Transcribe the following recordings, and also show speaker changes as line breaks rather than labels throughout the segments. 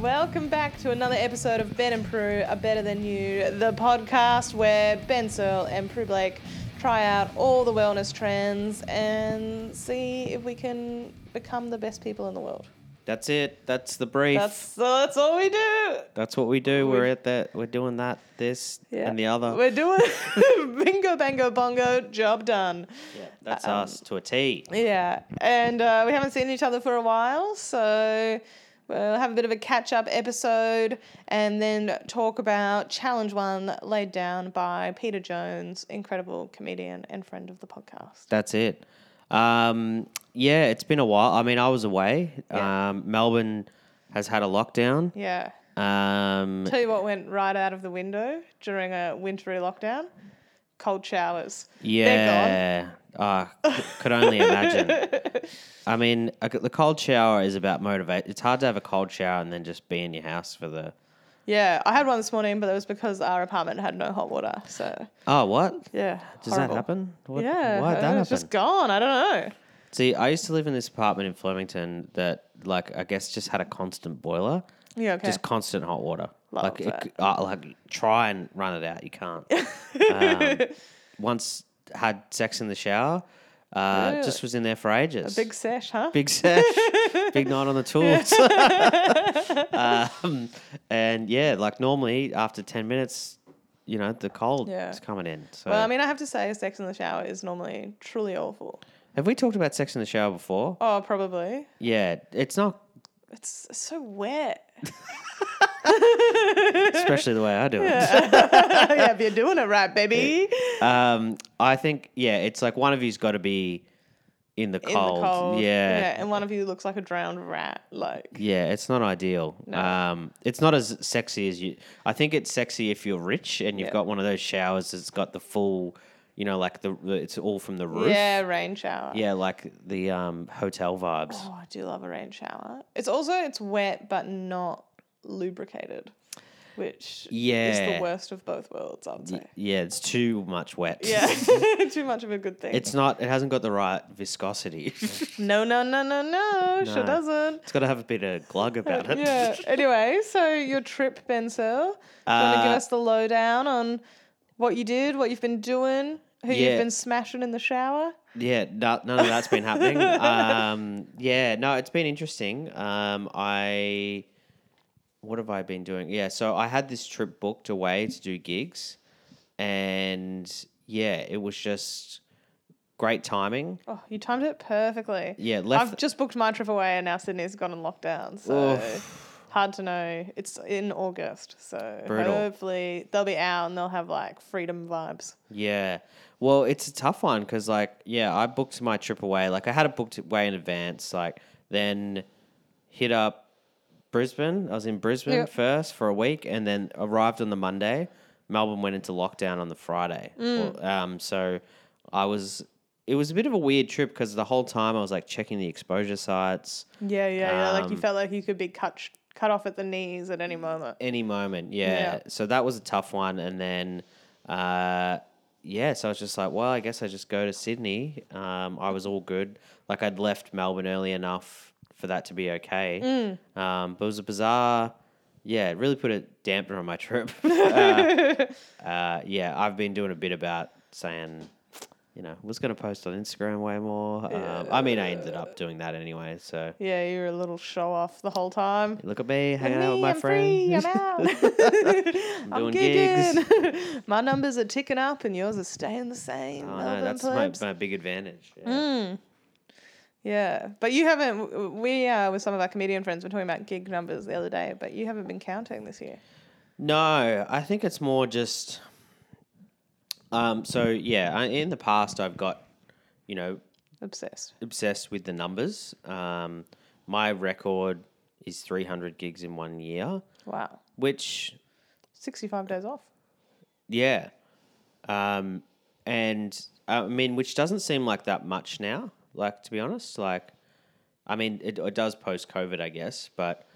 Welcome back to another episode of Ben and Prue are Better Than You, the podcast where Ben Searle and Prue Blake try out all the wellness trends and see if we can become the best people in the world.
That's it. That's the brief.
That's
That's,
so that's all we do.
what we do.
We-
We're at that. We're doing that, this,
Yeah.
and the other.
We're doing bingo bango bongo, job done.
yeah, that's
um,
us to a T.
Yeah, and uh, we haven't seen each other for a while, so we'll have a bit of a catch up episode and then talk about Challenge One laid down by Peter Jones, incredible comedian and friend of the podcast.
That's it. Um, yeah, it's been a while. I mean, I was away.
Yeah.
Um, Melbourne has had a lockdown.
Yeah.
Um,
Tell you what went right out of the window during a wintry lockdown cold showers.
yeah. Uh, c- could only imagine. I mean, I c- the cold shower is about motivate. It's hard to have a cold shower and then just be in your house for the.
Yeah, I had one this morning, but it was because our apartment had no hot water. So,
Oh, what?
yeah.
Does
horrible.
that happen? What,
Yeah.
Why
it
did that happen?
was just gone. I don't know.
See, I used to live in this apartment in Flemington that, like, I guess just had a constant boiler,
Yeah, okay.
just constant hot water.
Love
like,
that.
It, uh, like, try and run it out. You can't. um, once had sex in the shower. Uh,
Really?
Just was in there for ages.
Big sesh, huh?
big sesh, big night on the tools. um, and yeah, like normally after ten minutes, you know, the cold
Yeah.
is coming in. So
well, I mean, I have to say, sex in the shower is normally truly awful.
have we talked about sex in the shower before?
Oh, probably.
Yeah, it's not
It's so wet.
especially the way I do it.
Oh, yeah, if you're doing it right, baby.
Um, I think yeah, it's like one of you's got to be in the
In
cold.
the cold.
Yeah. yeah,
And one of you looks like a drowned rat. Like,
It's not ideal. Um, it's not as sexy as you. I think it's sexy if you're rich and you've
Yeah.
got one of those showers that's got the full, you know, like the the- it's all from the roof.
yeah, rain shower.
Yeah, like the um, hotel vibes.
Oh, I do love a rain shower. It's also, it's wet, but not lubricated, which is the
Yeah.
worst of both worlds, I would say.
Yeah, it's too much wet.
Yeah. Too much of a good thing.
It's not. It hasn't got the right viscosity. it's
no, no, no, no, no. Sure
No.
doesn't.
got to have a bit of glug about it.
yeah. Anyway, so your trip, Ben Searle. Do you want to give
Uh,
us the lowdown on what you did, what you've been doing, who
Yeah.
you've been smashing in the shower?
Yeah, no, none of that's been happening. um, yeah, no, it's been interesting. Um, I, what have I been doing? Yeah, so I had this trip booked away to do gigs, and yeah, it was just great timing.
Oh, you timed it perfectly.
Yeah, left.
I've just booked my trip away, and now Sydney's gone in lockdown, so hard to know. It's in August, so
Brutal.
hopefully they'll be out and they'll have like freedom vibes.
Yeah. Well, it's a tough one because, like, yeah, I booked my trip away. Like, I had it booked way in advance. Like, then hit up Brisbane. I was in Brisbane
Yep.
first for a week and then arrived on the Monday. Melbourne went into lockdown on the Friday. Well, um, so I was, it was a bit of a weird trip because the whole time I was like checking the exposure sites.
Yeah, yeah, yeah. like you
Um,
felt like you could be cut cut off at the knees at any moment.
any moment. Yeah.
Yeah.
So that was a tough one. And then, uh, yeah, so I was just like, well, I guess I just go to Sydney. Um, I was all good. Like I'd left Melbourne early enough for that to be okay.
Mm.
Um, but it was a bizarre, yeah, it really put a damper on my trip. uh, uh, yeah, I've been doing a bit about saying, you know, was going to post on Instagram way more. Um, I mean, I ended up doing that anyway. So
Yeah, you were a little show off the whole time.
look at me
Look at
hanging out with
me,
my
I'm
friends.
Free, I'm out. I'm,
doing
gigging. my numbers are ticking up and yours are staying the same.
Oh,
Melbourne
no, that's my,
plebs.
my big advantage. Yeah.
Yeah, but you haven't. w- w- We uh, with some of our comedian friends were talking about gig numbers the other day, but you haven't been counting this year.
No, I think it's more just. Um, so yeah, I, in the past I've got, you know,
Obsessed.
obsessed with the numbers. Um, my record is 300 gigs in one year,
Wow,
which
sixty-five days off.
yeah, um, and I mean, which doesn't seem like that much now. Like to be honest, like, I mean, it, it does post COVID, I guess, but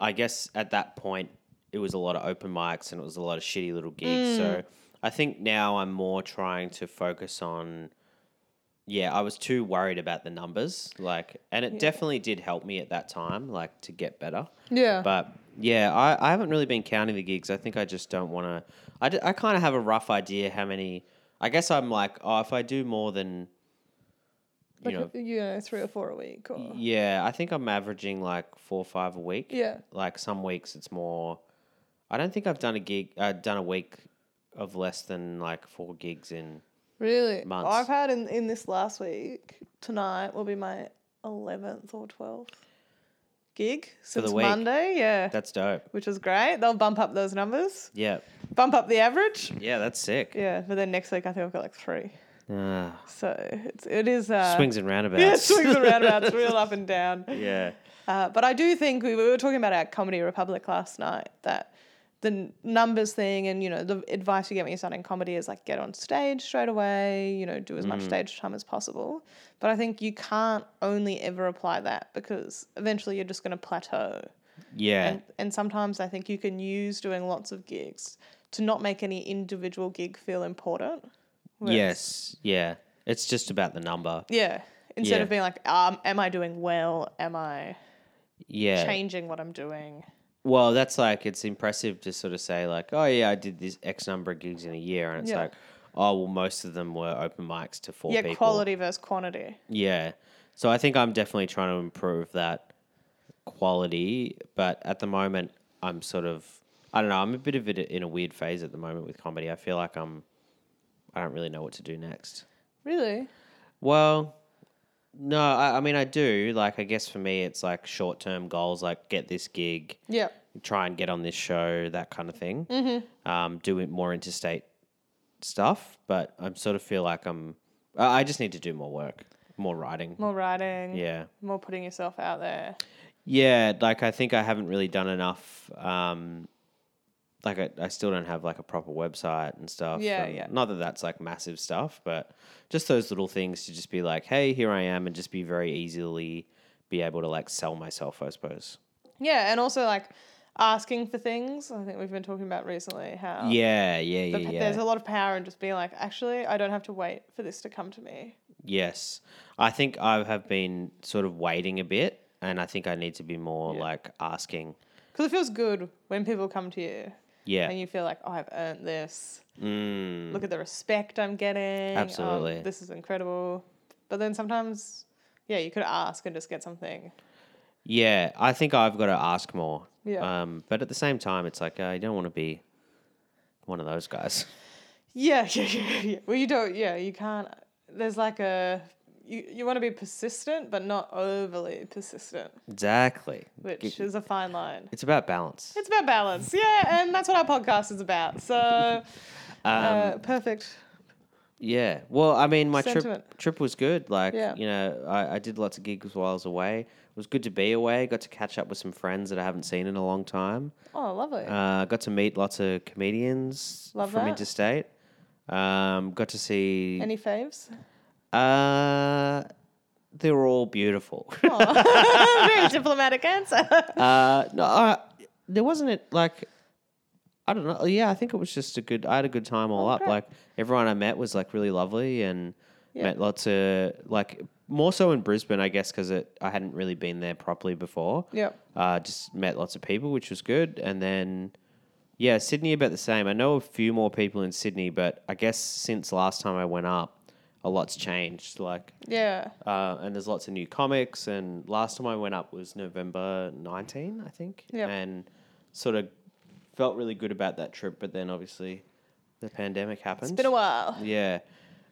I guess at that point it was a lot of open mics and it was a lot of shitty little gigs. So I think now I'm more trying to focus on. Yeah, I was too worried about the numbers, like, and it definitely did help me at that time, like, to get better.
Yeah.
But Yeah, I, I haven't really been counting the gigs. I think I just don't want to. I, d- I kind of have a rough idea how many. I guess I'm like, oh, if I do more than, you
Like,
know,
you know, three or four a week. Or,
yeah, I think I'm averaging like four or five a week.
Yeah.
Like some weeks it's more. I don't think I've done a gig, uh, done a week of less than like four gigs in.
Really?
Months.
I've had in, in this last week, tonight will be my 11th or 12th gig since
week.
Monday. Yeah.
That's dope.
which is great. They'll bump up those numbers,
Yeah.
bump up the average.
Yeah, that's sick.
Yeah, but then next week I think I've got like three.
Ah,
So it's it is uh,
swings and roundabouts.
Yeah, swings and roundabouts, real up and down.
yeah.
Uh, but I do think we, we were talking about our comedy republic last night that the n- numbers thing and you know the advice you get when you're starting comedy is like get on stage straight away, you know, do as much
Mm.
stage time as possible. But I think you can't only ever apply that because eventually you're just going to plateau.
Yeah.
And, and sometimes I think you can use doing lots of gigs to not make any individual gig feel important. Whereas-
yes. Yeah. It's just about the number.
Yeah. Instead
Yeah.
of being like, um, am I doing well? Am I
Yeah.
changing what I'm doing?
Well, that's like it's impressive to sort of say like, oh yeah, I did this X number of gigs in a year, and it's
Yeah.
like, oh well, most of them were open mics to four
yeah,
people.
quality versus quantity.
Yeah, so I think I'm definitely trying to improve that quality, but at the moment, I'm sort of, I don't know, I'm a bit of it in a weird phase at the moment with comedy. I feel like I'm, I don't really know what to do next.
Really?
Well, no, I, I mean I do. Like I guess for me, it's like short term goals, like get this gig
Yeah.
try and get on this show, that kind of thing. Mm-hmm. Um, do it more interstate stuff, but I am sort of feel like I'm. I I just need to do more work, more writing.
More writing.
Yeah,
More putting yourself out there.
yeah. Like I think I haven't really done enough. Um, like I, I still don't have like a proper website and stuff.
Yeah,
and
yeah.
Not that that's like massive stuff, but just those little things to just be like, hey, here I am, and just be very easily be able to like sell myself, I suppose.
Yeah. And also like asking for things. I think we've been talking about recently how
yeah, yeah,
the
yeah,
p-
yeah.
Oh. there's a lot of power in just being like, actually, I don't have to wait for this to come to me.
Yes. I think I have been sort of waiting a bit and I think I need to be more like asking.
Because it feels good when people come to you
Yeah.
and you feel like, oh, I've earned this.
mm,
Look at the respect I'm getting. um,
Absolutely.
this is incredible. But then sometimes, yeah, you could ask and just get something.
yeah. I think I've got to ask more.
Yeah.
Um, but at the same time, it's like, uh, you don't want to be one of those guys.
Yeah, yeah, yeah, yeah. Well, you don't, yeah, you can't. There's like a, you, you want to be persistent, but not overly persistent,
Exactly.
which
G-
is a fine line.
It's about balance.
It's about balance. Yeah, and that's what our podcast is about. So,
Um,
uh, perfect.
yeah. Well, I mean, my trip
Sentiment.
trip was good. Like,
Yeah.
you know, I, I did lots of gigs while I was away. It was good to be away. Got to catch up with some friends that I haven't seen in a long time.
Oh, lovely.
Uh, got to meet lots of comedians
Love
from
that.
interstate. Um, got to see.
Any faves?
uh, they were all beautiful.
Oh. Very diplomatic answer.
uh, no, I, there wasn't it like. I don't know. Yeah, I think it was just a good. I had a good time all up.
Oh, great.
Like everyone I met was like really lovely and
Yeah.
met lots of like more so in Brisbane, I guess, because it I hadn't really been there properly before.
Yep.
Uh, just met lots of people, which was good. And then, yeah, Sydney about the same. I know a few more people in Sydney, but I guess since last time I went up, a lot's changed. Like,
Yeah.
uh, and there's lots of new comics. And last time I went up was November 19, I think.
Yep.
And sort of felt really good about that trip, but then obviously the pandemic happened.
It's been a while.
yeah.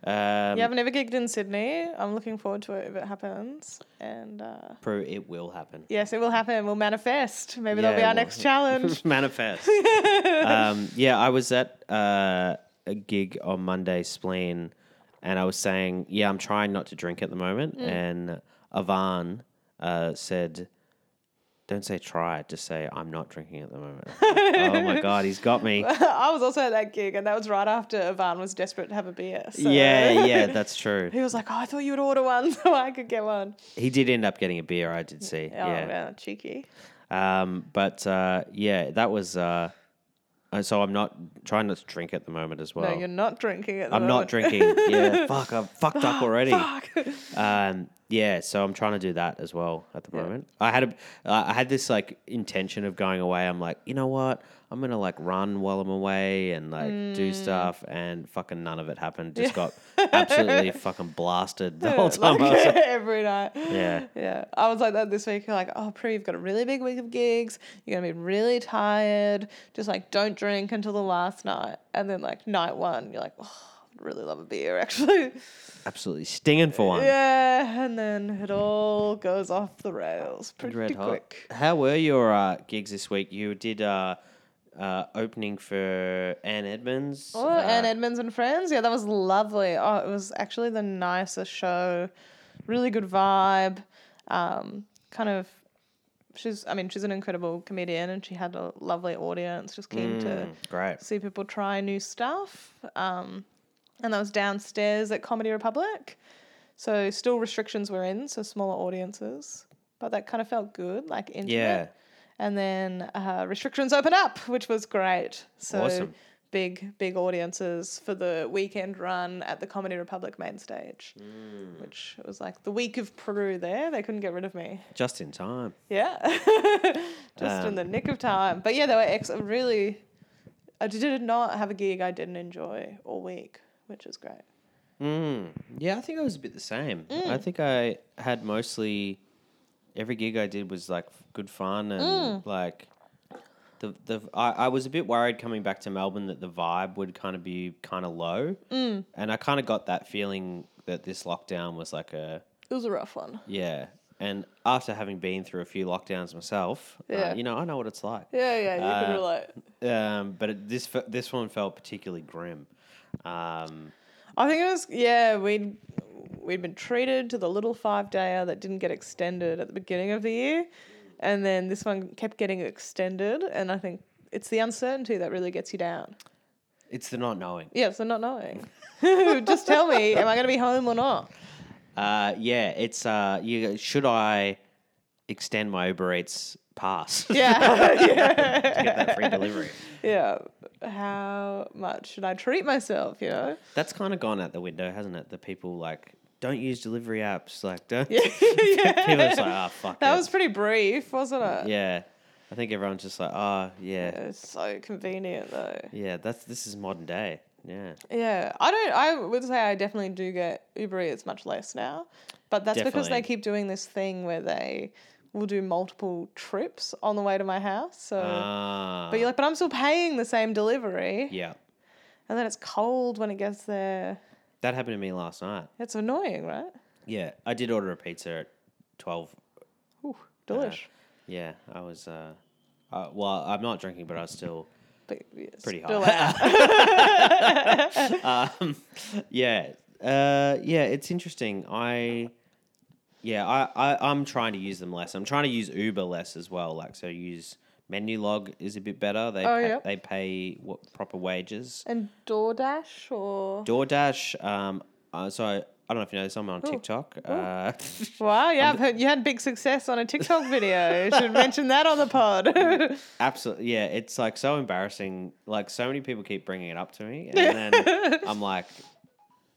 Um,
Yeah, I've never gigged in Sydney. I'm looking forward to it if it happens. And uh,
pro, it will happen.
yes, it will happen. We'll manifest. Maybe that'll be
Yeah,
our
well-
next challenge.
Manifest. um, yeah, I was at uh, a gig on Monday, Spleen, and I was saying, yeah, I'm trying not to drink at the moment.
Mm.
And Avan uh, said, don't say try, just say I'm not drinking at the moment. oh my God, he's got me.
I was also at that gig, and that was right after Ivan was desperate to have a beer. So
Yeah, yeah, that's true.
He was like, "Oh, I thought you would order one, so I could get one."
He did end up getting a beer, I did see.
Oh,
yeah.
wow, cheeky.
Um, but uh, yeah, that was. Uh, uh, so I'm not trying not to drink at the moment as well.
no, you're not drinking at the
I'm
moment.
not drinking. Yeah, fuck, I've fucked up already.
Fuck.
Um, Yeah, so I'm trying to do that as well at the
Yeah.
moment. I had a, uh, I had this like intention of going away. I'm like, you know what? I'm gonna like run while I'm away and like
Mm.
do stuff, and fucking none of it happened. Just got absolutely fucking blasted the whole time. I was
Like,
like,
every night.
Yeah.
Yeah. I was like that this week. Like, oh, Prue, you've got a really big week of gigs. You're going to be really tired. Just like, don't drink until the last night. And then, like, night one, you're like, oh, I'd really love a beer, actually.
absolutely stinging for one.
Yeah. And then it all goes off the rails pretty
Red hot.
quick.
How were your uh, gigs this week? You did uh, uh, opening for Anne Edmonds.
Oh,
uh,
and Edmonds and Friends. Yeah, that was lovely. Oh, it was actually the nicest show. Really good vibe. Um, kind of, she's, I mean, she's an incredible comedian and she had a lovely audience. Just keen to
mm, great.
see people try new stuff. Um, and that was downstairs at Comedy Republic. So still restrictions were in, so smaller audiences. But that kind of felt good, like intimate.
Yeah.
And then uh, restrictions opened up, which was great. So
Awesome.
big, big audiences for the weekend run at the Comedy Republic main stage,
Mm.
which was like the week of Peru there. They couldn't get rid of me.
Just in time.
Yeah. Just in
Um,
the nick of time. But yeah, they were ex- really. I did not have a gig I didn't enjoy all week, which is great.
Mm. Yeah, I think I was a bit the same. I think I had mostly every gig I did was like good fun and like the the I, I was a bit worried coming back to Melbourne that the vibe would kind of be kind of low. Mm. And I kind of got that feeling that this lockdown was like a
It was a rough one.
yeah. And after having been through a few lockdowns myself, uh,
Yeah.
you know, I know what it's like.
Yeah, yeah, you
Uh,
can relate.
Um, but it, this fe- this one felt particularly grim. Um,
I think it was yeah we'd we'd been treated to the little five dayer that didn't get extended at the beginning of the year, and then this one kept getting extended, and I think it's the uncertainty that really gets you down.
it's the not knowing.
Yeah, so not knowing. Just tell me, am I going to be home or not?
Uh, yeah, it's uh, you should I extend my Uber Eats pass to
Yeah,
get
yeah,
that free delivery?
yeah. How much should I treat myself? You know.
That's kind of gone out the window, hasn't it? The people like don't use delivery apps, like don't.
yeah.
People are just like, ah, fuck.
That
it."
was pretty brief, wasn't it?
yeah. I think everyone's just like, oh yeah,
It's so convenient though.
yeah. That's this is modern day. Yeah,
Yeah, I don't. I would say I definitely do get Uber Eats much less now, but that's because they
Definitely.
keep doing this thing where they will do multiple trips on the way to my house. So,
Ah.
but you're like, but I'm still paying the same delivery,
yeah.
and then it's cold when it gets there.
That happened to me last night.
It's annoying, right?
Yeah, I did order a pizza at twelve
Ooh, delish.
Uh, Yeah, I was. Uh, uh, well, I'm not drinking, but I was still.
but yeah, it's
pretty
still
high.
out.
um, yeah, uh, yeah, it's interesting. I, yeah, I, I, I'm trying to use them less. I'm trying to use Uber less as well. Like, so use menu log is a bit better. They
Oh,
pay,
yeah.
they pay what proper wages.
and DoorDash or
DoorDash. Um, uh, so I, I don't know if you know this. I'm on TikTok. Uh,
wow, yeah, I've heard you had big success on a TikTok video. You should mention that on the pod.
Absolutely, yeah. It's like so embarrassing. Like so many people keep bringing it up to me, and then I'm like,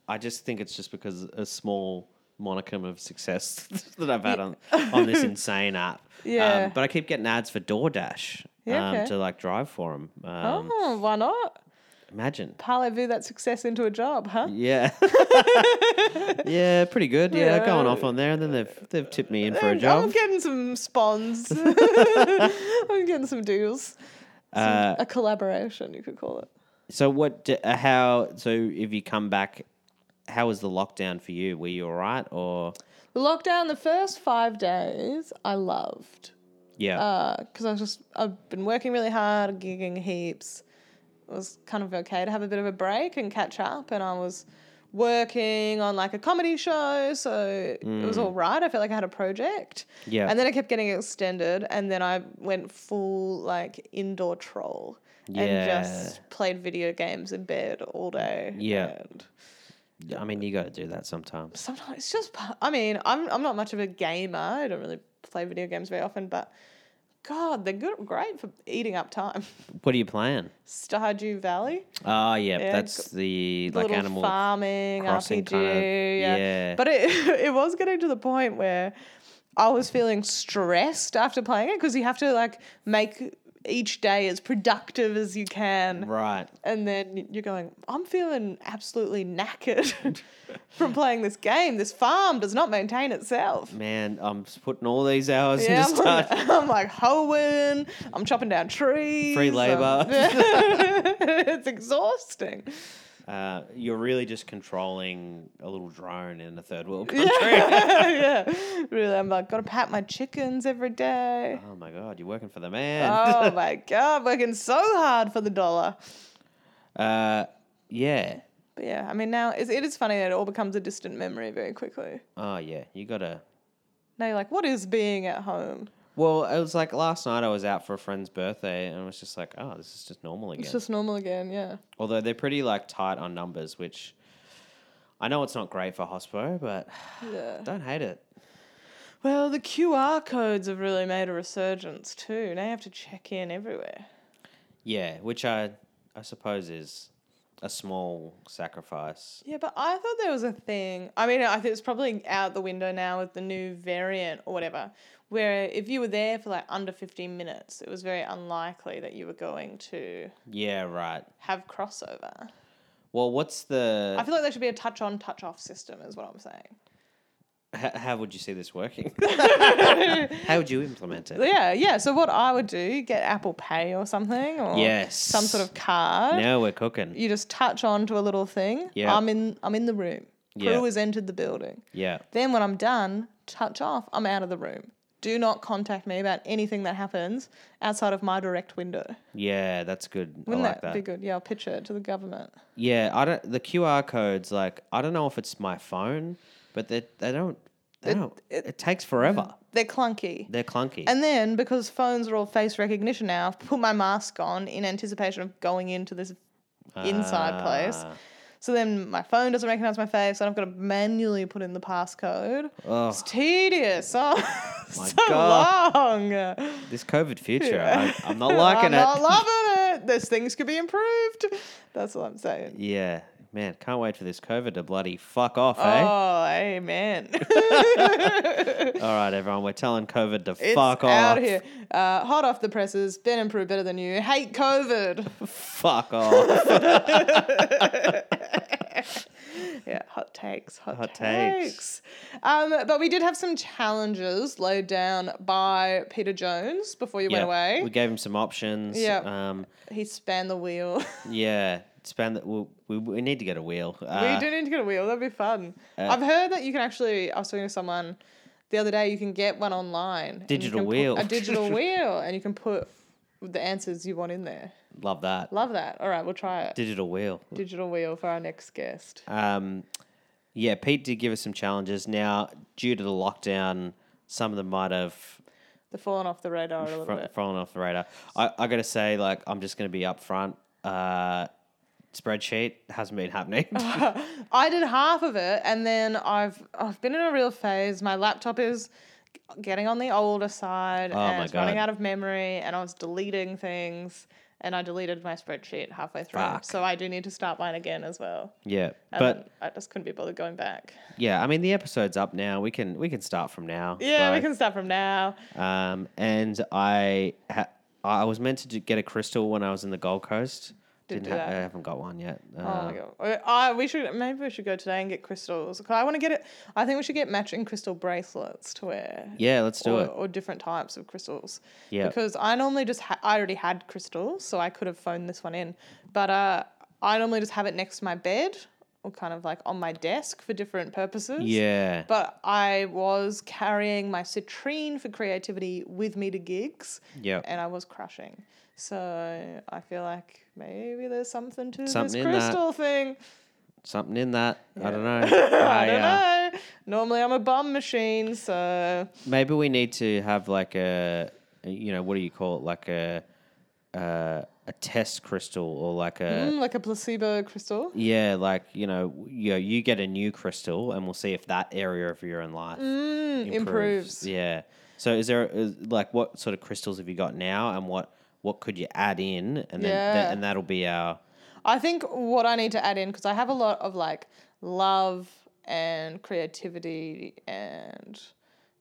I just think it's just because a small monicum of success that I've had on, on this insane app.
Yeah.
Um, but I keep getting ads for DoorDash
Yeah,
um,
okay.
to like drive for them. Um,
oh, why not?
Imagine.
Parlez-vous that success into a job, huh?
Yeah. yeah, pretty good. Yeah,
Yeah. Um,
going off on there, and then they've they've tipped me in for a
I'm- I'm
job.
getting some spawns. I'm getting some deals.
Uh,
a collaboration, you could call it.
So what? d- uh, How? So if you come back, how was the lockdown for you? Were you all right? Or
The lockdown, the first five days, I loved
yeah,
Uh, because I was just I've been working really hard, gigging heaps. It was kind of okay to have a bit of a break and catch up, and I was working on like a comedy show, so it was all right. I felt like I had a project.
Mm. yeah,
And then it kept getting extended, and then I went full like indoor troll and just played video games in bed all day.
Yeah.
and
I mean, you got to do that sometimes.
sometimes it's just. pa- I mean, I'm I'm not much of a gamer. I don't really play video games very often, but God, they're good, great for eating up time.
What are you playing?
Stardew Valley.
Oh, yeah,
Yeah,
that's the like
little
animal.
farming
Crossing
RPG.
kind of-
yeah.
yeah.
But it it was getting to the point where I was feeling stressed after playing it because you have to like make each day as productive as you can.
Right.
And then you're going, I'm feeling absolutely knackered from playing this game. This farm does not maintain itself.
Man, I'm s- putting all these hours
Yeah,
into
I'm,
start.
I'm like hoeing, I'm chopping down trees. I'm-
labour.
it's exhausting.
Uh, you're really just controlling a little drone in a third world country.
yeah, really. I'm like, gotta pat my chickens every day.
Oh my god, you're working for the man.
Oh my god, working so hard for the dollar. Oh.
Uh, yeah.
But yeah, I mean, now it's, it is funny that it all becomes a distant memory very quickly.
Oh yeah, you gotta.
Now you're like, what is being at home?
Well, it was like last night I was out for a friend's birthday and I was just like, oh, this is just normal again.
It's just normal again, yeah.
Although they're pretty like tight on numbers, which I know it's not great for hospo, but
Yeah.
don't hate it.
Well, the QR codes have really made a resurgence too. Now you have to check in everywhere.
Yeah, which I I suppose is a small sacrifice.
Yeah, but I thought there was a thing. I mean, I think it's probably out the window now with the new variant or whatever, where if you were there for like under 15 minutes, it was very unlikely that you were going to
Yeah, right.
have crossover.
Well, what's the
I feel like there should be a touch on, touch off system, is what I'm saying.
h- how would you see this working? how would you implement it?
Yeah, yeah. So, what I would do, get Apple Pay or something, or
Yes.
oh, some sort of card.
Now we're cooking.
You just touch on to a little thing.
Yeah.
I'm in, I'm in the room. Crew
Yeah.
has entered the building.
Yeah.
Then when I'm done, touch off, I'm out of the room. Do not contact me about anything that happens outside of my direct window.
Yeah, that's good.
Wouldn't
I like that.
be good? Yeah, I'll pitch it to the government.
Yeah, I don't. The QR codes, like, I don't know if it's my phone, but they they don't. They don't. It, takes forever.
They're clunky.
They're clunky.
And then because phones are all face recognition now, I've put my mask on in anticipation of going into this inside place.
Ah.
So then my phone doesn't recognize my face, and I've got to manually put in the passcode.
Oh.
It's tedious. Oh,
My
so
God.
long.
This COVID future, I, I'm not
I'm
liking it.
not loving it. There's things could be improved. That's all I'm saying.
yeah, man, can't wait for this COVID to bloody fuck off, eh?
Oh, amen.
All right, everyone, we're telling COVID to
it's
fuck
out
off.
here. Uh, hot off the presses. Ben and Prue better than you. Hate COVID.
Fuck off.
yeah, hot takes. Hot,
Hot
takes. Um, but we did have some challenges laid down by Peter Jones before you
Yeah,
went away.
We gave him some options.
Yeah.
Um.
He span the wheel.
Yeah. Spend. The, we, we we need to get a wheel. Uh,
we do need to get a wheel. That'd be fun. I've heard that you can actually. I was talking to someone the other day. You can get one online. and you
Digital
can put-
wheel.
a digital wheel, and you can put the answers you want in there.
Love that
Love that. All right, we'll try it.
digital wheel.
digital wheel for our next guest.
Um, yeah, Pete did give us some challenges. Now, due to the lockdown, some of them might have
They're falling off the radar a little
fro-
bit.
fallen off the radar. I, I got to say, like, I'm just going to be upfront. Uh, spreadsheet hasn't been happening.
I did half of it, and then I've I've been in a real phase. My laptop is getting on the older side,
Oh
and
my
it's running
God.
out of memory, and I was deleting things. And I deleted my spreadsheet halfway through,
Fuck.
so I do need to start mine again as well.
yeah,
And
but
then I just couldn't be bothered going back.
yeah, I mean, the episode's up now. We can we can start from now.
Yeah,
Like,
we can start from now.
Um, and I ha- I was meant to do- get a crystal when I was in the Gold Coast.
Didn't
Didn't
do
ha- I
that.
haven't got one yet.
Oh
Uh,
my god! Uh, I, we should maybe we should go today and get crystals. 'Cause I want to get it. I think we should get matching crystal bracelets to wear.
yeah, let's do
or,
it.
or different types of crystals.
Yeah.
Because I normally just ha- I already had crystals, so I could have phoned this one in. But uh, I normally just have it next to my bed or kind of like on my desk for different purposes.
Yeah.
But I was carrying my citrine for creativity with me to gigs.
Yeah.
And I was crushing. So I feel like maybe there's something to
Something in
this
that.
crystal thing.
Something in that. I don't know.
I
I,
don't
uh,
know. Normally I'm a bum machine, so
Maybe we need to have like a, you know, what do you call it? Like a, uh, a test crystal or like a,
Mm, like a placebo crystal.
yeah, like you know, you know, you get a new crystal and we'll see if that area of your own life
Mm, improves.
Yeah, So is there is, like what sort of crystals have you got now, and what what could you add in, and then
Yeah.
and that'll be our
I think what I need to add in because I have a lot of like love and creativity and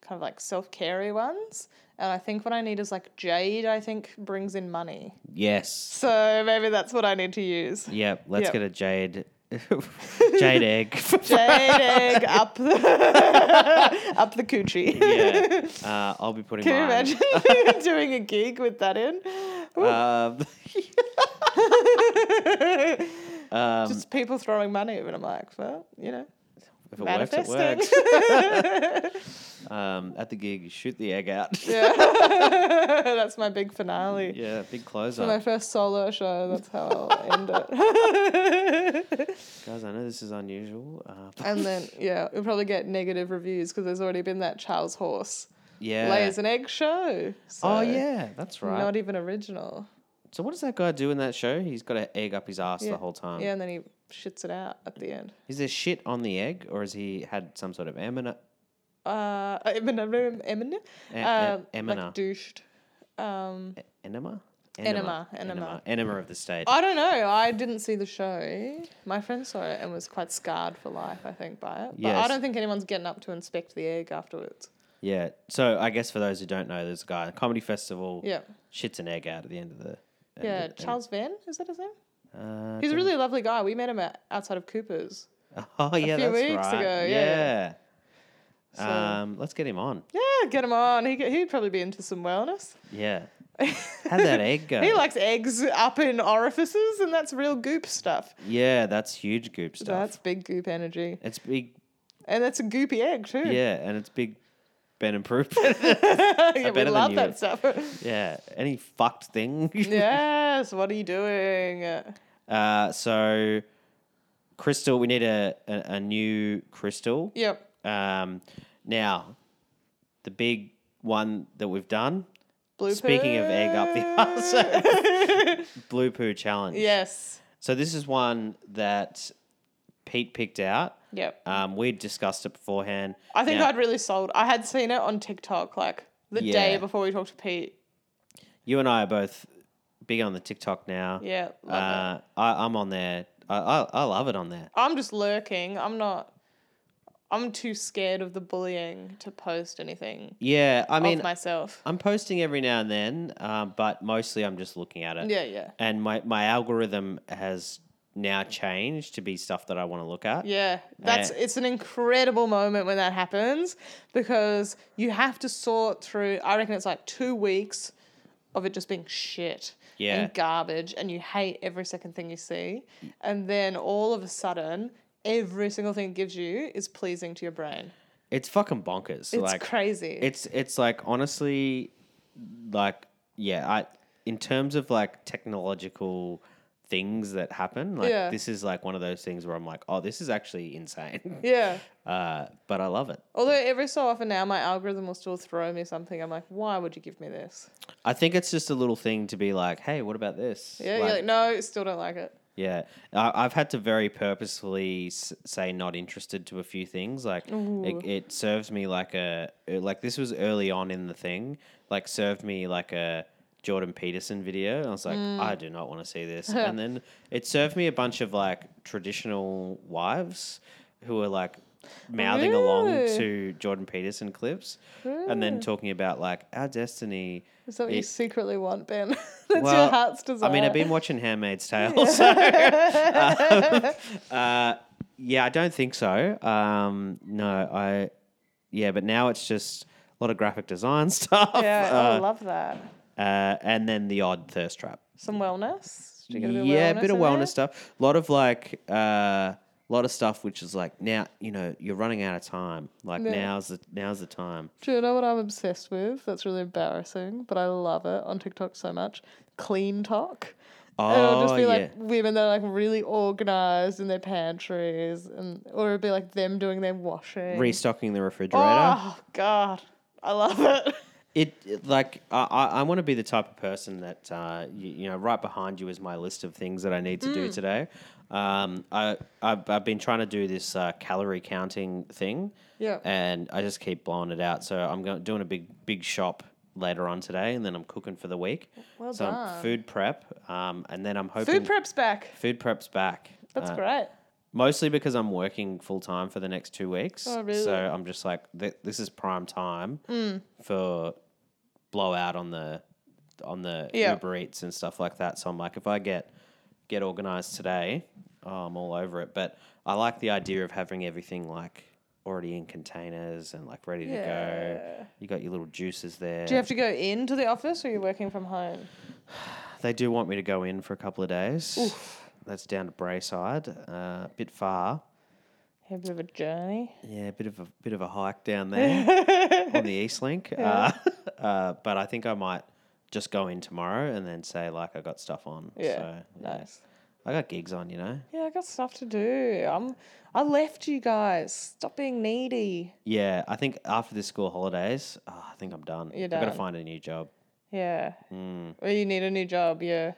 kind of like self carey ones. And I think what I need is like jade. I think brings in money,
yes.
so maybe that's what I need to use.
Yep. Let's
Yep.
get a jade jade egg.
Jade egg up the up the coochie.
yeah. Uh, I'll be putting.
Can you
mine.
imagine doing a gig with that in?
Um, um,
Just people throwing money, and I'm like, well, you know,
if it works, it works.
manifesting.
Um, at the gig, you shoot the egg out.
Yeah. that's my big finale.
yeah, big
For my
closer.
first solo show, that's how I'll end it.
Guys, I know this is unusual. Uh, but
and then, yeah, we'll probably get negative reviews because there's already been that Charles Horse
yeah.
Layers an Egg show.
oh
So,
yeah, that's right.
Not even original.
So what does that guy do in that show? He's got an egg up his ass
Yeah.
the whole time.
Yeah, and then he shits it out at the end.
Is there shit on the egg, or has he had some sort of emina?
Uh, Eminem, Eminem,
E- e-
uh,
emina.
like douched. Um,
Enema?
Enema,
Enema.
enema. Oh.
Enema of the stage.
I don't know. I didn't see the show. My friend saw it and was quite scarred for life, I think, by it. But
Yes.
I don't think anyone's getting up to inspect the egg afterwards.
Yeah. So I guess for those who don't know, there's a guy at a comedy festival.
Yeah.
Shits an egg out at the end of the. end
Yeah.
of-
Charles Van, is that his name?
Uh,
He's a really lovely guy. We met him at, outside of Cooper's.
Oh yeah,
few
that's
weeks
right.
ago,
Yeah.
yeah. So-
Um, let's get him on.
Yeah, get him on. He, could- he'd probably be into some wellness.
Yeah. How'd that egg go?
He likes eggs up in orifices, and that's real goop stuff.
yeah, that's huge goop stuff.
That's big goop energy.
It's big.
And that's a goopy egg, too.
Yeah, and it's big. Ben and Proof.
yeah we
better than
love
you.
that stuff.
yeah. Any fucked thing.
yes, what are you doing?
Uh, so, crystal. We need a a, a new crystal.
Yep.
Um, now, the big one that we've done.
Blue
Speaking of egg up the
poo.
ass, blue poo challenge.
yes.
So this is one that Pete picked out.
Yep.
Um, we discussed it beforehand.
I think
Now,
I'd really sold. I had seen it on TikTok like the
Yeah.
day before we talked to Pete.
you and I are both big on the TikTok now.
Yeah.
uh,
Love it.
I, I'm on there. I, I I love it on there.
I'm just lurking. I'm not. I'm too scared of the bullying to post anything
Yeah, I mean,
of myself.
I'm posting every now and then, um, but mostly I'm just looking at it.
Yeah, yeah.
and my, my algorithm has now changed to be stuff that I want to look at.
Yeah, that's
Eh.
it's an incredible moment when that happens because you have to sort through. I reckon it's like two weeks of it just being shit
Yeah.
and garbage, and you hate every second thing you see, and then all of a sudden, every single thing it gives you is pleasing to your brain.
It's fucking bonkers.
It's
like
crazy.
it's it's like honestly like yeah, I in terms of like technological things that happen, like
Yeah.
this is like one of those things where I'm like, oh, this is actually insane.
yeah.
Uh, but I love it.
Although every so often now, my algorithm will still throw me something. I'm like, why would you give me this?
I think it's just a little thing to be like, hey, what about this?
Yeah, you're like, no, still don't like it.
Yeah, I, I've had to very purposefully s- say not interested to a few things. Like it, it serves me like a like this was early on in the thing. Like served me like a Jordan Peterson video. And I was like, I do not want to see this. and then it served me a bunch of like traditional wives who were like mouthing along
Really?
to Jordan Peterson clips, and then talking about like our destiny.
Is that what you
It-
secretly want, Ben? That's
Well,
your heart's desire.
I mean, I've been watching Handmaid's Tale, so um, uh, yeah, I don't think so. Um, no, I yeah, but now it's just a lot of graphic design stuff,
Yeah, I
uh,
love that.
uh, and then the odd thirst trap.
Some wellness. Do you get a bit of
Yeah, a bit of
in there?
wellness stuff. A lot of like, a uh, lot of stuff which is like now you know you're running out of time. Like
Yeah.
now's the now's the time.
Do you know what I'm obsessed with? That's really embarrassing, but I love it on TikTok so much. Clean talk. and it'll
Oh
just be
yeah,
like women that are like really organized in their pantries, and or it'll be like them doing their washing.
restocking the refrigerator.
oh God, I love it.
It it- like I- I, I want to
Mm.
be the type of person that uh, you, you know right behind you is my list of things that I need to do today, uh, Um, I I've, I've been trying to do this uh, calorie counting thing.
Yeah.
And I just keep blowing it out. So I'm going doing a big big shop later on today, and then I'm cooking for the week.
Well
so
done.
I'm food prep. Um, and then I'm hoping
Food prep's back.
food prep's back.
That's
Uh,
great.
Mostly because I'm working full time for the next two weeks.
Oh, really? Mm.
So I'm just like, th- this is prime time for blowout on the on the
Yeah.
Uber Eats and stuff like that. So I'm like, if I get get organized today, oh, I'm all over it. But I like the idea of having everything like already in containers and like ready to
Yeah.
go. You got your little juices there.
Do you have to go into the office or are you working from home?
They do want me to go in for a couple of days. That's down to Brayside, uh, a bit far.
Have a bit of a journey.
Yeah, a bit of a bit of a hike down there on the East Link. Uh, uh, but I think I might just go in tomorrow and then say like I got stuff on.
Yeah.
So, yeah.
Nice.
I got gigs on, you know.
Yeah, I got stuff to do. I'm I left you guys. Stop being needy.
Yeah, I think after the school holidays, ah, I think I'm done.
You're
I've got to
done.
find a new job.
Yeah.
Hmm.
Well, you need a new job, yeah.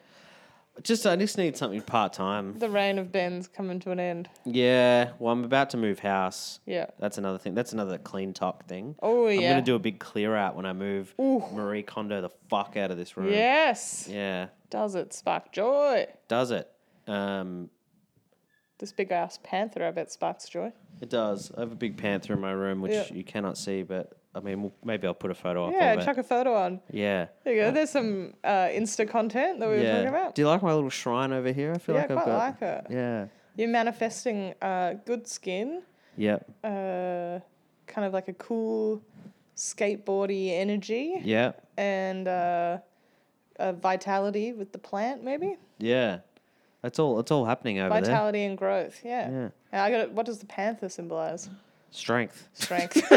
Just I just need something part time.
The reign of Ben's coming to an end.
Yeah. Well, I'm about to move house.
Yeah.
That's another thing. That's another clean talk thing.
Oh
I'm
yeah.
gonna do a big clear out when I move Marie Kondo the fuck out of this room.
Yes.
Yeah.
Does it spark joy?
Does it? Um,
This big ass panther, I bet sparks joy.
It does. I have a big panther in my room, which
Yeah.
you cannot see, but I mean, we'll- maybe I'll put a photo up
yeah,
of
chuck
it.
a photo on.
Yeah.
There you go. There's some uh, Insta content that we were talking
Yeah.
about.
Do you like my little shrine over here? I feel
yeah, I
like
quite
I've got.
like it.
Yeah.
You're manifesting uh, good skin,
Yep.
uh, kind of like a cool skateboardy energy
Yep.
and uh, a vitality with the plant, maybe
Yeah. That's all. It's all happening over
vitality and growth. Yeah.
there. Yeah.
And I got it. What does the panther symbolize?
Strength.
Strength.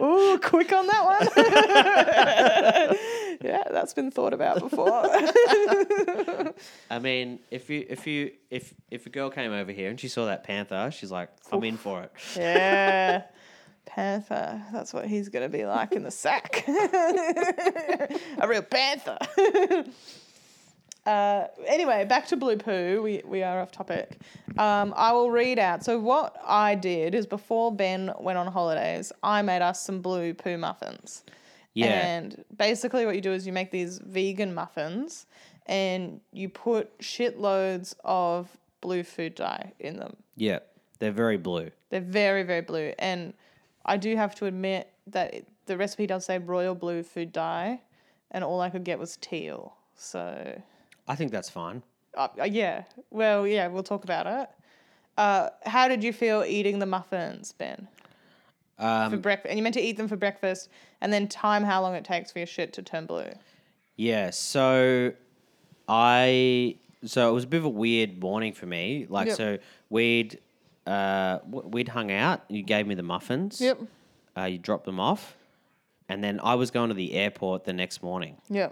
Ooh, quick on that one. yeah, that's been thought about before.
I mean, if you if you if if a girl came over here and she saw that panther, she's like, I'm in for it.
yeah. Panther. That's what he's going to be like in the sack. A real panther. Uh, anyway, back to Blue Poo. We, we are off topic. Um, I will read out. So, what I did is before Ben went on holidays, I made us some Blue Poo muffins.
Yeah.
And basically, what you do is you make these vegan muffins and you put shitloads of blue food dye in them.
yeah. They're very blue.
They're very, very blue. And I do have to admit that it, the recipe does say royal blue food dye, and all I could get was teal. So,
I think that's fine.
uh, uh, yeah. Well, yeah, we'll talk about it. Uh, how did you feel eating the muffins, Ben?
Um,
for breakfast, and you meant to eat them for breakfast, and then time how long it takes for your shit to turn blue.
Yeah, so I so it was a bit of a weird morning for me. Like
Yep.
so we'd uh w- we'd hung out, you gave me the muffins.
Yep.
Uh, you dropped them off. And then I was going to the airport the next morning.
Yeah.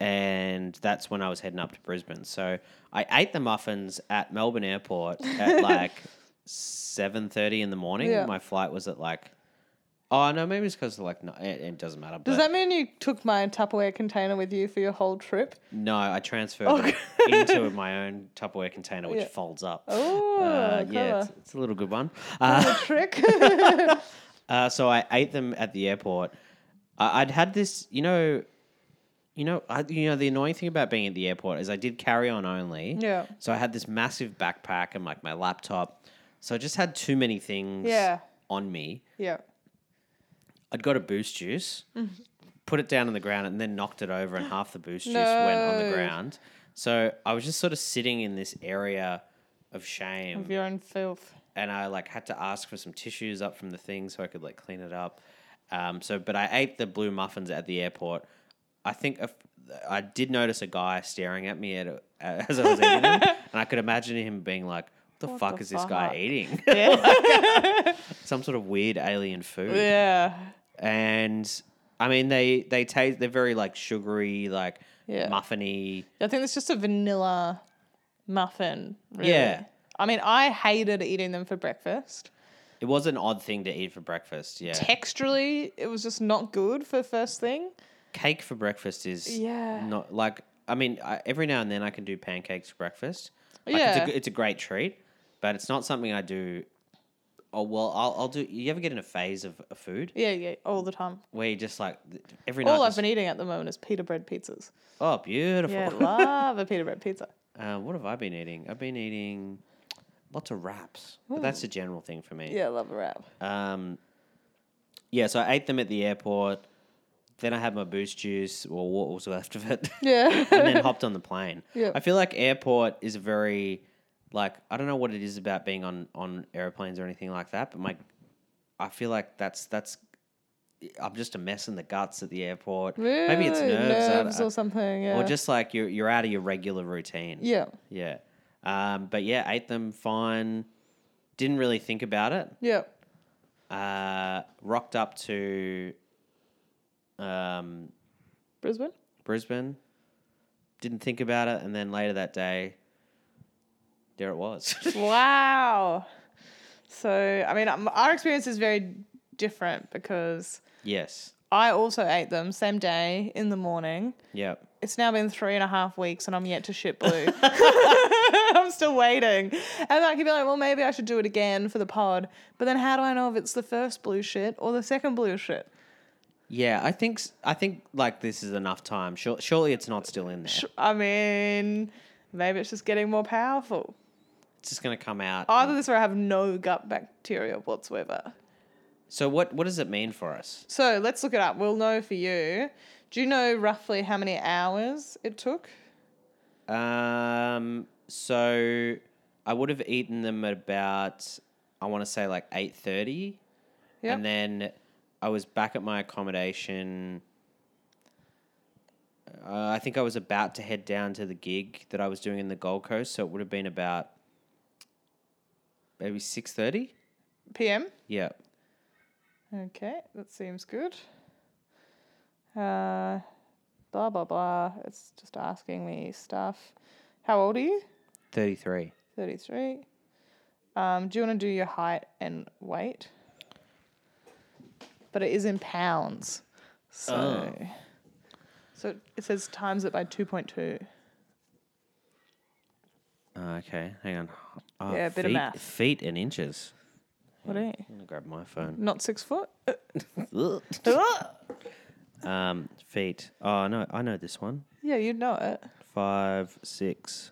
And that's when I was heading up to Brisbane. So I ate the muffins at Melbourne Airport at like 7:30 in the morning.
Yeah.
My flight was at like Oh, no, maybe it's cuz like no, it, it doesn't matter.
Does
but-
that mean you took my Tupperware container with you for your whole trip?
No, I transferred them into my own Tupperware container, which
Oh, Yeah.
folds up.
Oh,
uh, yeah,
clever.
it's, it's a little good one. Uh,
What a trick.
uh, so I ate them at the airport. I, I'd had this, you know, you know, I, you know. The annoying thing about being at the airport is I did carry on only.
Yeah.
So I had this massive backpack and like my laptop. So I just had too many things.
Yeah.
On me,
yeah.
I'd got a boost juice, put it down on the ground, and then knocked it over, and half the boost juice went on
No.
the ground. So I was just sort of sitting in this area of shame,
Of your own filth.
and I like had to ask for some tissues up from the thing so I could like clean it up. Um, so, but I ate the blue muffins at the airport. I think if, I did notice a guy staring at me at, a- as I was eating them, and I could imagine him being like, "What the fuck
the
is this guy
fuck?"
eating?
Yeah.
some sort of weird alien food."
yeah.
and I mean they they taste they're very like sugary, like
Yeah.
muffiny.
I think it's just a vanilla muffin. Really.
Yeah.
I mean, I hated eating them for breakfast.
It was an odd thing to eat for breakfast. Yeah,
Texturally, it was just not good for first thing.
cake for breakfast is
Yeah.
not like I mean I, every now and then I can do pancakes for breakfast, Like,
Yeah.
It's a, g- it's a great treat, but it's not something I do. Oh, well, I'll, I'll do. You ever get in a phase of a food
Yeah, yeah, all the time.
where you just like th- every night?
All I've
just-
been eating at the moment is pita bread pizzas.
oh, beautiful.
Yeah, love a pita bread pizza.
Um, what have I been eating? I've been eating lots of wraps,
Hmm.
but that's a general thing for me.
Yeah, love a wrap.
Um, yeah, so I ate them at the airport. Then I had my boost juice, or what was left of it,
Yeah.
and then hopped on the plane.
Yeah.
I feel like airport is a very, like, I don't know what it is about being on on airplanes or anything like that, but my, I feel like that's that's, I'm just a mess in the guts at the airport. Maybe it's
Really?
nerves, I- I-
or something. Yeah.
or just like you're you're out of your regular routine.
yeah,
Yeah. Um, but yeah, ate them fine. Didn't really think about it.
yeah.
Uh, rocked up to um,
Brisbane.
Brisbane. Didn't think about it. And then later that day, there it was.
Wow. So I mean, um, our experience is very different because
yes.
I also ate them same day in the morning.
Yep.
It's now been three and a half weeks and I'm yet to shit blue. I'm still waiting. And I could be like, well, maybe I should do it again for the pod. But then how do I know if it's the first blue shit or the second blue shit?
Yeah, I think s- I think like this is enough time. Sure, surely it's not still in there.
I mean, maybe it's just getting more powerful.
It's just gonna come out.
Either this or I have no gut bacteria whatsoever.
so what what does it mean for us?
So let's look it up. We'll know for you. Do you know roughly how many hours it took?
Um, so I would have eaten them at about I want to say like eight thirty,
Yep.
and then I was back at my accommodation. Uh, I think I was about to head down to the gig that I was doing in the Gold Coast, so it would have been about maybe six thirty.
PM?
Yeah,
Okay, that seems good. Uh, blah, blah, blah. It's just asking me stuff. How old are you?
thirty three.
33. Um, do you want to do your height and weight? But it is in pounds. So,
Oh.
so it says times it by 2.2.
Uh, okay, hang on. Oh,
Yeah, a bit of
feet-
math.
Feet and inches.
What are you?
I'm gonna grab my phone.
Not six foot? Uh,
Ugh.
ah!
um, feet. Oh no, I know this one.
yeah, you'd know it.
five, six.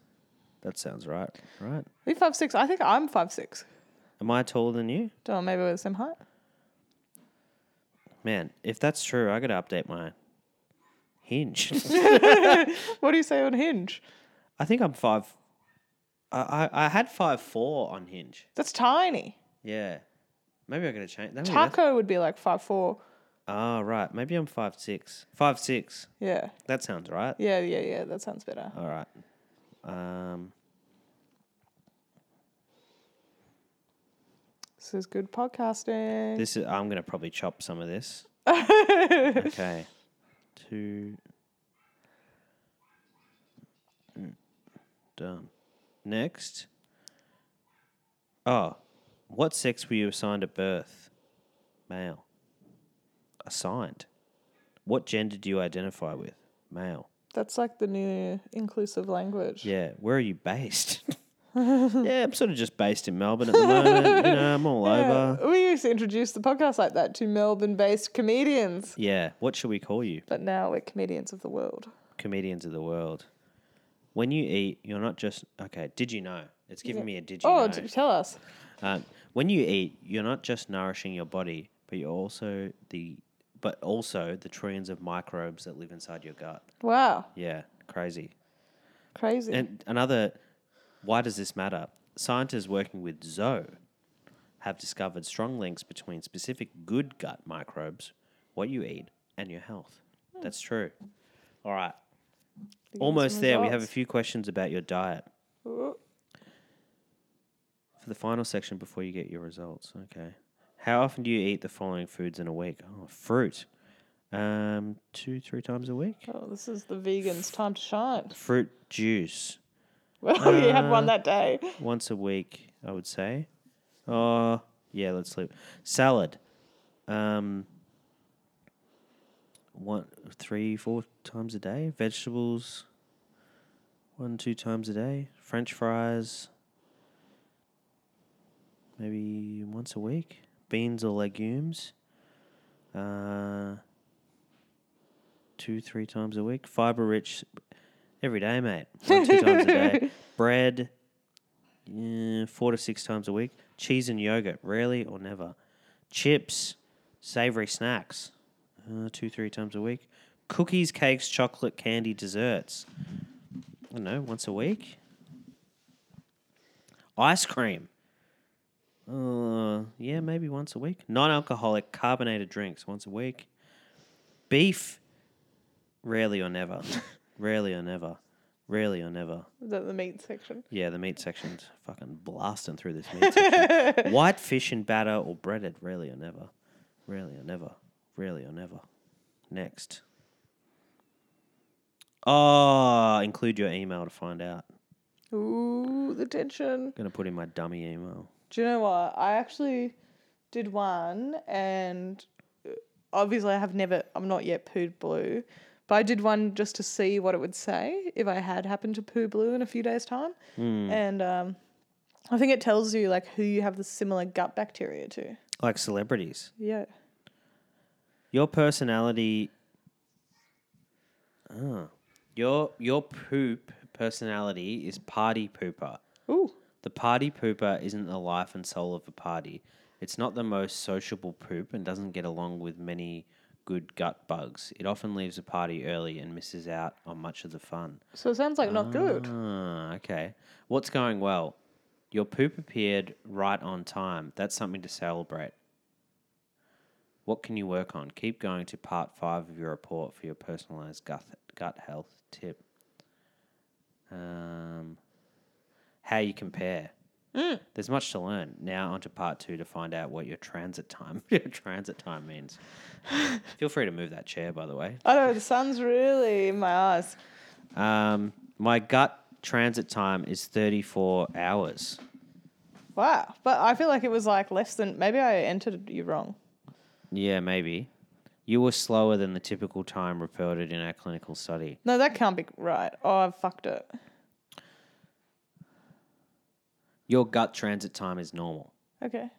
That sounds right, right?
Are you five six? I think I'm five six.
Am I taller than you?
Don't know, maybe we're the same height.
Man, if that's true, I gotta update my hinge.
What do you say on Hinge?
I think I'm five. I, I I had five four on hinge.
That's tiny.
Yeah, maybe I gotta change. That
Taco would be like five four.
Oh right, maybe I'm five six. Five six.
Yeah,
That sounds right.
yeah, yeah, yeah. That sounds better.
All right. Um.
This is good podcasting.
This is. I'm gonna probably chop some of this. okay. Two. Mm. Done. Next. Oh, what sex were you assigned at birth? Male. Assigned. What gender do you identify with? Male.
That's like the new inclusive language.
Yeah. Where are you based? yeah, I'm sort of just based in Melbourne at the moment. You know, I'm all over.
We used to introduce the podcast like that to Melbourne-based comedians,
Yeah. What should we call you?
but now we're comedians of the world.
comedians of the world. When you eat, you're not just okay. Did you know? It's giving me a did you
Oh,
know?
d- tell us.
Um, when you eat, you're not just nourishing your body, but you're also the but also the trillions of microbes that live inside your gut.
Wow,
Yeah, crazy.
crazy.
And another, why does this matter? Scientists working with Zoe have discovered strong links between specific good gut microbes, what you eat, and your health. That's true. All right.
Give us
Almost
some
there. We have a
results.
few questions about your diet
Ooh.
for the final section before you get your results. Okay. How often do you eat the following foods in a week? Oh, fruit. Um, two, three times a week.
Oh, this is the vegans' time to shine.
Fruit juice
Well, you
Uh.
had one that day.
once a week, I would say. Oh, yeah, let's leave. Salad. Um, one, three, four times a day. Vegetables. one two times a day. French fries, maybe once a week. Beans or legumes, uh, two three times a week. Fiber rich, every day, mate. One two times a day. Bread, yeah, four to six times a week. Cheese and yogurt, rarely or never. Chips, savory snacks, uh, two, three times a week. Cookies, cakes, chocolate, candy, desserts. I don't know, once a week. Ice cream. Uh, yeah, maybe once a week. Non alcoholic carbonated drinks, once a week. Beef, rarely or never. rarely or never. Rarely or never.
Is that the meat section?
Yeah, the meat section's fucking blasting through this meat section. White fish and batter or breaded, rarely or never. Rarely or never. Rarely or never. Next. Oh, include your email to find out.
Ooh, the tension.
gonna put in my dummy email.
Do you know what? I actually did one, and uh, obviously I have never, I'm not yet pooed blue, but I did one just to see what it would say if I had happened to poo blue in a few days' time. And um, I think it tells you like who you have the similar gut bacteria to.
Like celebrities.
Yeah.
Your personality. Oh. Your your poop personality is party pooper.
Ooh.
The party pooper isn't the life and soul of a party. It's not the most sociable poop and doesn't get along with many good gut bugs. It often leaves a party early and misses out on much of the fun.
So it sounds like not good.
Ah, okay. What's going well? Your poop appeared right on time. That's something to celebrate. What can you work on? Keep going to part five of your report for your personalized gut, gut health tip. Um, how you compare.
Mm.
There's much to learn. Now onto part two to find out what your transit time your transit time means. Feel free to move that chair, by the way.
I know the sun's really in my eyes.
Um, my gut transit time is 34 hours.
Wow. But I feel like it was like less than, maybe I entered you wrong.
Yeah, maybe. You were slower than the typical time reported in our clinical study.
No, that can't be right. Oh, I've fucked it.
Your gut transit time is normal.
Okay.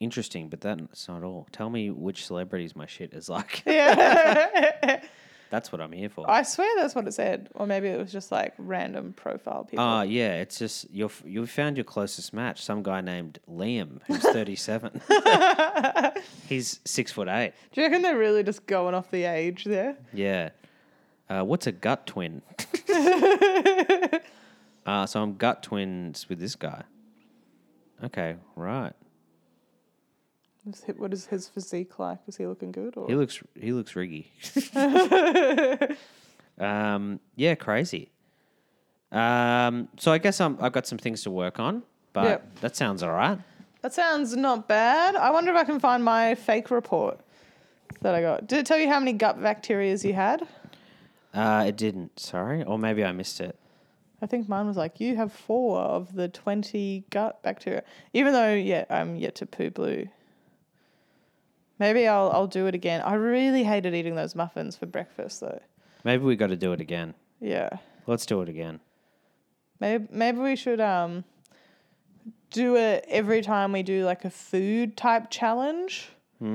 Interesting, but that's not all. Tell me which celebrities my shit is like.
Yeah.
that's what I'm here for.
I swear that's what it said. Or maybe it was just like random profile people.
Uh, yeah, it's just you you found your closest match, some guy named Liam who's 37. He's 6 foot 8.
Do you reckon they're really just going off the age there?
Yeah. Uh, what's a gut twin? uh, so I'm gut twins with this guy. Okay, right.
Is he- What is his physique like? Is he looking good? Or
He looks he looks riggy. um, yeah, crazy. Um, so I guess I'm, I've got some things to work on, but
Yep.
that sounds all right.
that sounds not bad. I wonder if I can find my fake report that I got. Did it tell you how many gut bacterias you had?
Uh, it didn't. Sorry, or maybe I missed it.
I think mine was like you have four of the twenty gut bacteria. Even though yeah, I'm yet to poo blue. Maybe I'll I'll do it again. I really hated eating those muffins for breakfast though.
Maybe we got to do it again.
Yeah.
Let's do it again.
Maybe maybe we should um do it every time we do like a food type challenge on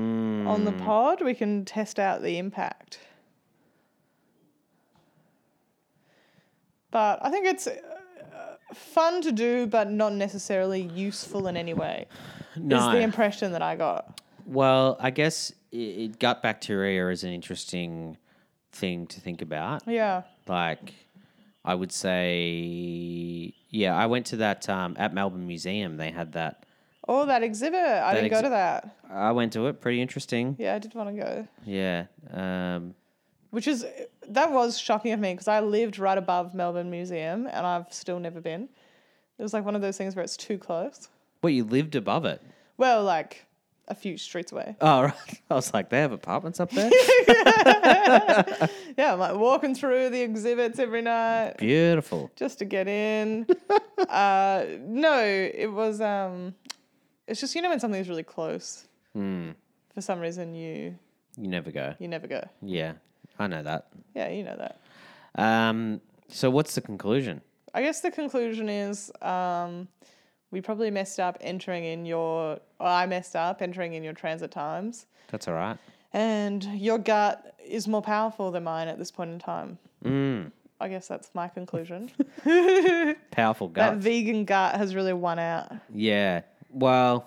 Hmm.
the pod. We can test out the impact. But I think it's uh, fun to do, but not necessarily useful in any way. Is the impression that I got.
Well, I guess i it, gut bacteria is an interesting thing to think about.
Yeah.
Like, I would say, yeah, I went to that um, at Melbourne Museum. They had that.
Oh, that exhibit. I
That
didn't go
exhi-
to that.
I went to it. Pretty interesting.
Yeah, I did want to go.
Yeah. Um,
which is that was shocking of me because I lived right above Melbourne Museum and I've still never been. It was like one of those things where it's too close.
well, you lived above it.
Well, like a few streets away.
Oh, right. I was like, they have apartments up there.
Yeah, I'm like walking through the exhibits every night
Beautiful.
just to get in. uh, no, it was. Um, it's just you know when something's really close. For some reason, you
You never go.
you never go.
Yeah, I know that.
Yeah, you know that.
Um, So what's the conclusion?
I guess the conclusion is um, we probably messed up entering in your, or I messed up entering in your transit times,
That's all right.
and your gut is more powerful than mine at this point in time.
Mm,
I guess that's my conclusion.
powerful
that
gut.
vegan gut has really won out.
yeah. Well,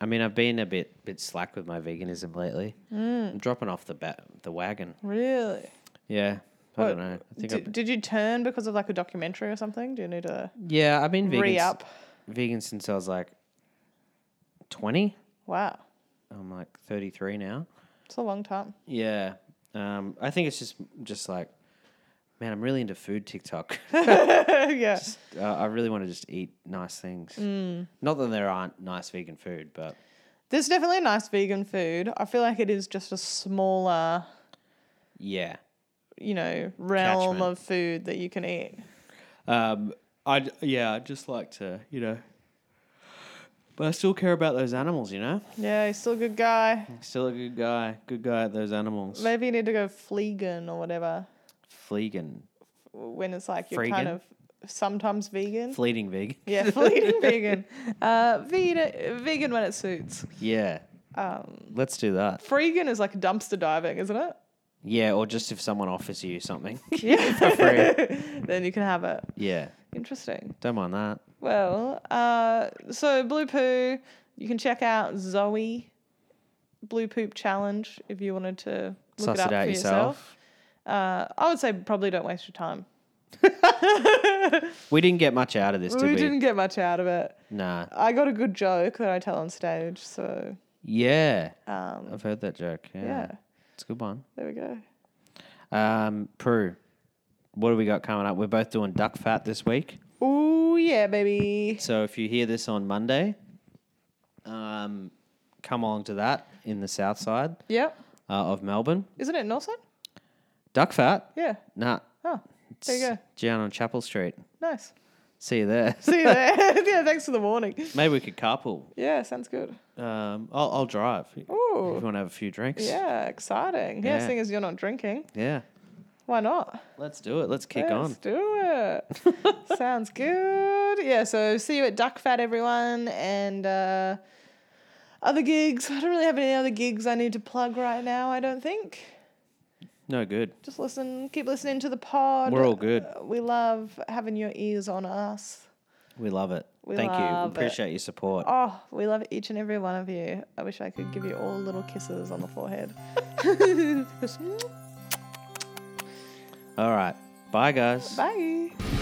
I mean, I've been a bit bit slack with my veganism lately.
Mm.
I'm dropping off the ba- the wagon.
Really?
Yeah. I
What-
don't know. I think.
Did,
I've,
did you turn because of like a documentary or something? Do you need to
yeah, I've been vegan.
re
s-
up?
Vegan since I was like twenty.
Wow,
I'm like thirty three now.
it's a long time.
Yeah. Um, I think it's just just like, man, I'm really into food TikTok.
yeah.
uh, I really want to just eat nice things.
Mm.
Not that there aren't nice vegan food, but
There's definitely nice vegan food. I feel like it is just a smaller,
yeah.
you know, realm
Catchment.
of food that you can eat.
Um, I yeah, I just like to you know, but I still care about those animals. You know,
Yeah, he's still a good guy.
still a good guy, good guy at those animals.
Maybe you need to go fleegan or whatever
Fleegan,
when it's like you're kind
Freegan?
of sometimes vegan.
fleeting vegan.
yeah, fleegan vegan. Uh, vegan, vegan when it suits.
Yeah,
Um,
let's do that.
freegan is like dumpster diving, isn't it?
Yeah, or just if someone offers you something for
Yeah.
free.
then you can have it.
Yeah,
Interesting.
don't mind that.
Well, uh, so Blue Poo, you can check out Zoe Blue Poop Challenge if you wanted to look
Suss
it up
it out
for yourself.
yourself.
Uh, I would say probably don't waste your time.
We didn't get much out of this, did we?
we didn't get much out of it.
Nah.
I got a good joke that I tell on stage, so
Yeah,
um,
I've heard that joke. Yeah,
yeah,
it's a good one.
there we go.
Um, Prue, what do we got coming up? We're both doing duck fat this week.
Ooh yeah, baby.
So if you hear this on Monday, um, come along to that in the south side
Yep.
uh, of Melbourne.
Isn't it Nelson?
Duck fat?
Yeah.
Nah.
Oh, There you
it's
go.
Down on Chapel Street.
nice.
See you there.
See you there. yeah, thanks for the warning.
Maybe we could carpool.
Yeah, sounds good.
Um, I'll, I'll drive. If you
Ooh.
want to have a few drinks.
Yeah, exciting. Yeah,
Yeah.
seeing as you're not drinking,
Yeah.
why not?
Let's do it. Let's kick
Let's
on.
do it. Sounds good. Yeah, so see you at Duck Fat, everyone, and uh, other gigs. I don't really have any other gigs I need to plug right now, I don't think.
No good.
Just listen, keep listening to the pod.
We're all good.
Uh, we love having your ears on us.
We love it.
We
Thank
love it.
you. Appreciate your support.
Oh, we love each and every one of you. I wish I could give you all little kisses on the forehead. Just
All right. Bye, guys.
Bye.